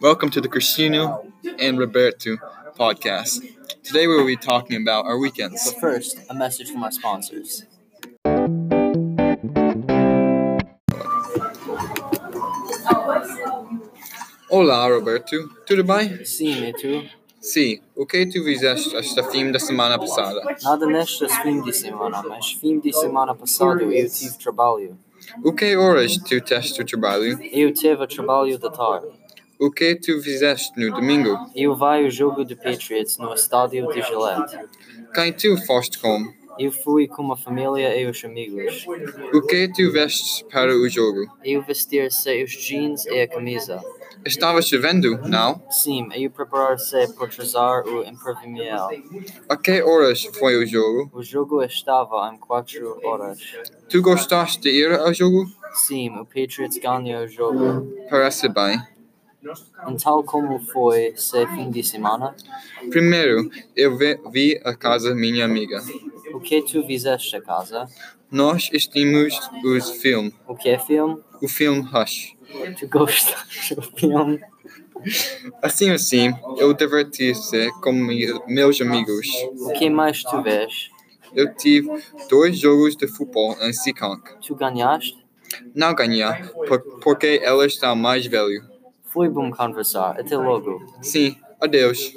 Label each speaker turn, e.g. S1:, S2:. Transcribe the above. S1: Welcome to the Cristiano and Roberto podcast. Today we will be talking about our weekends.
S2: But first, a message from our sponsors.
S1: Olá, Roberto. Tudo bem?
S2: Sim, me too.
S1: Sim. O que tu fizeste esta fim da semana passada?
S2: Nada nesta fim de semana, mas fim de semana passado eu tive trabalho.
S1: O que horas tu tens o trabalho?
S2: Eu tive trabalho da tarde.
S1: O que tu fizeste no domingo?
S2: Eu vai ao jogo do Patriots no estádio de Gillette.
S1: Quem tu foste com?
S2: Eu fui com a família e os amigos.
S1: O que tu vestes para o jogo?
S2: Eu vestir-se os jeans e a camisa.
S1: Estava chovendo, não?
S2: Sim, eu preparar-se para trazar o imprimiel.
S1: A que horas foi o jogo?
S2: O jogo estava em quatro horas.
S1: Tu gostaste de ir ao jogo?
S2: Sim, o Patriots ganhou o jogo.
S1: Parece bem.
S2: E tal como foi esse fim de semana,
S1: Primeiro, eu vi, vi a casa minha amiga.
S2: o que tu fizeste a casa?
S1: Nós estimos os filmes.
S2: O que é filme?
S1: O filme Hush.
S2: Tu gostaste do filme?
S1: Assim assim, eu diverti-se com me- meus amigos.
S2: O que mais tu vês?
S1: Eu tive dois jogos de futebol em Seekonk.
S2: Tu ganhaste?
S1: Não ganhei, por- porque ela está mais velho.
S2: Foi bom conversar. Até logo.
S1: Sim, adeus.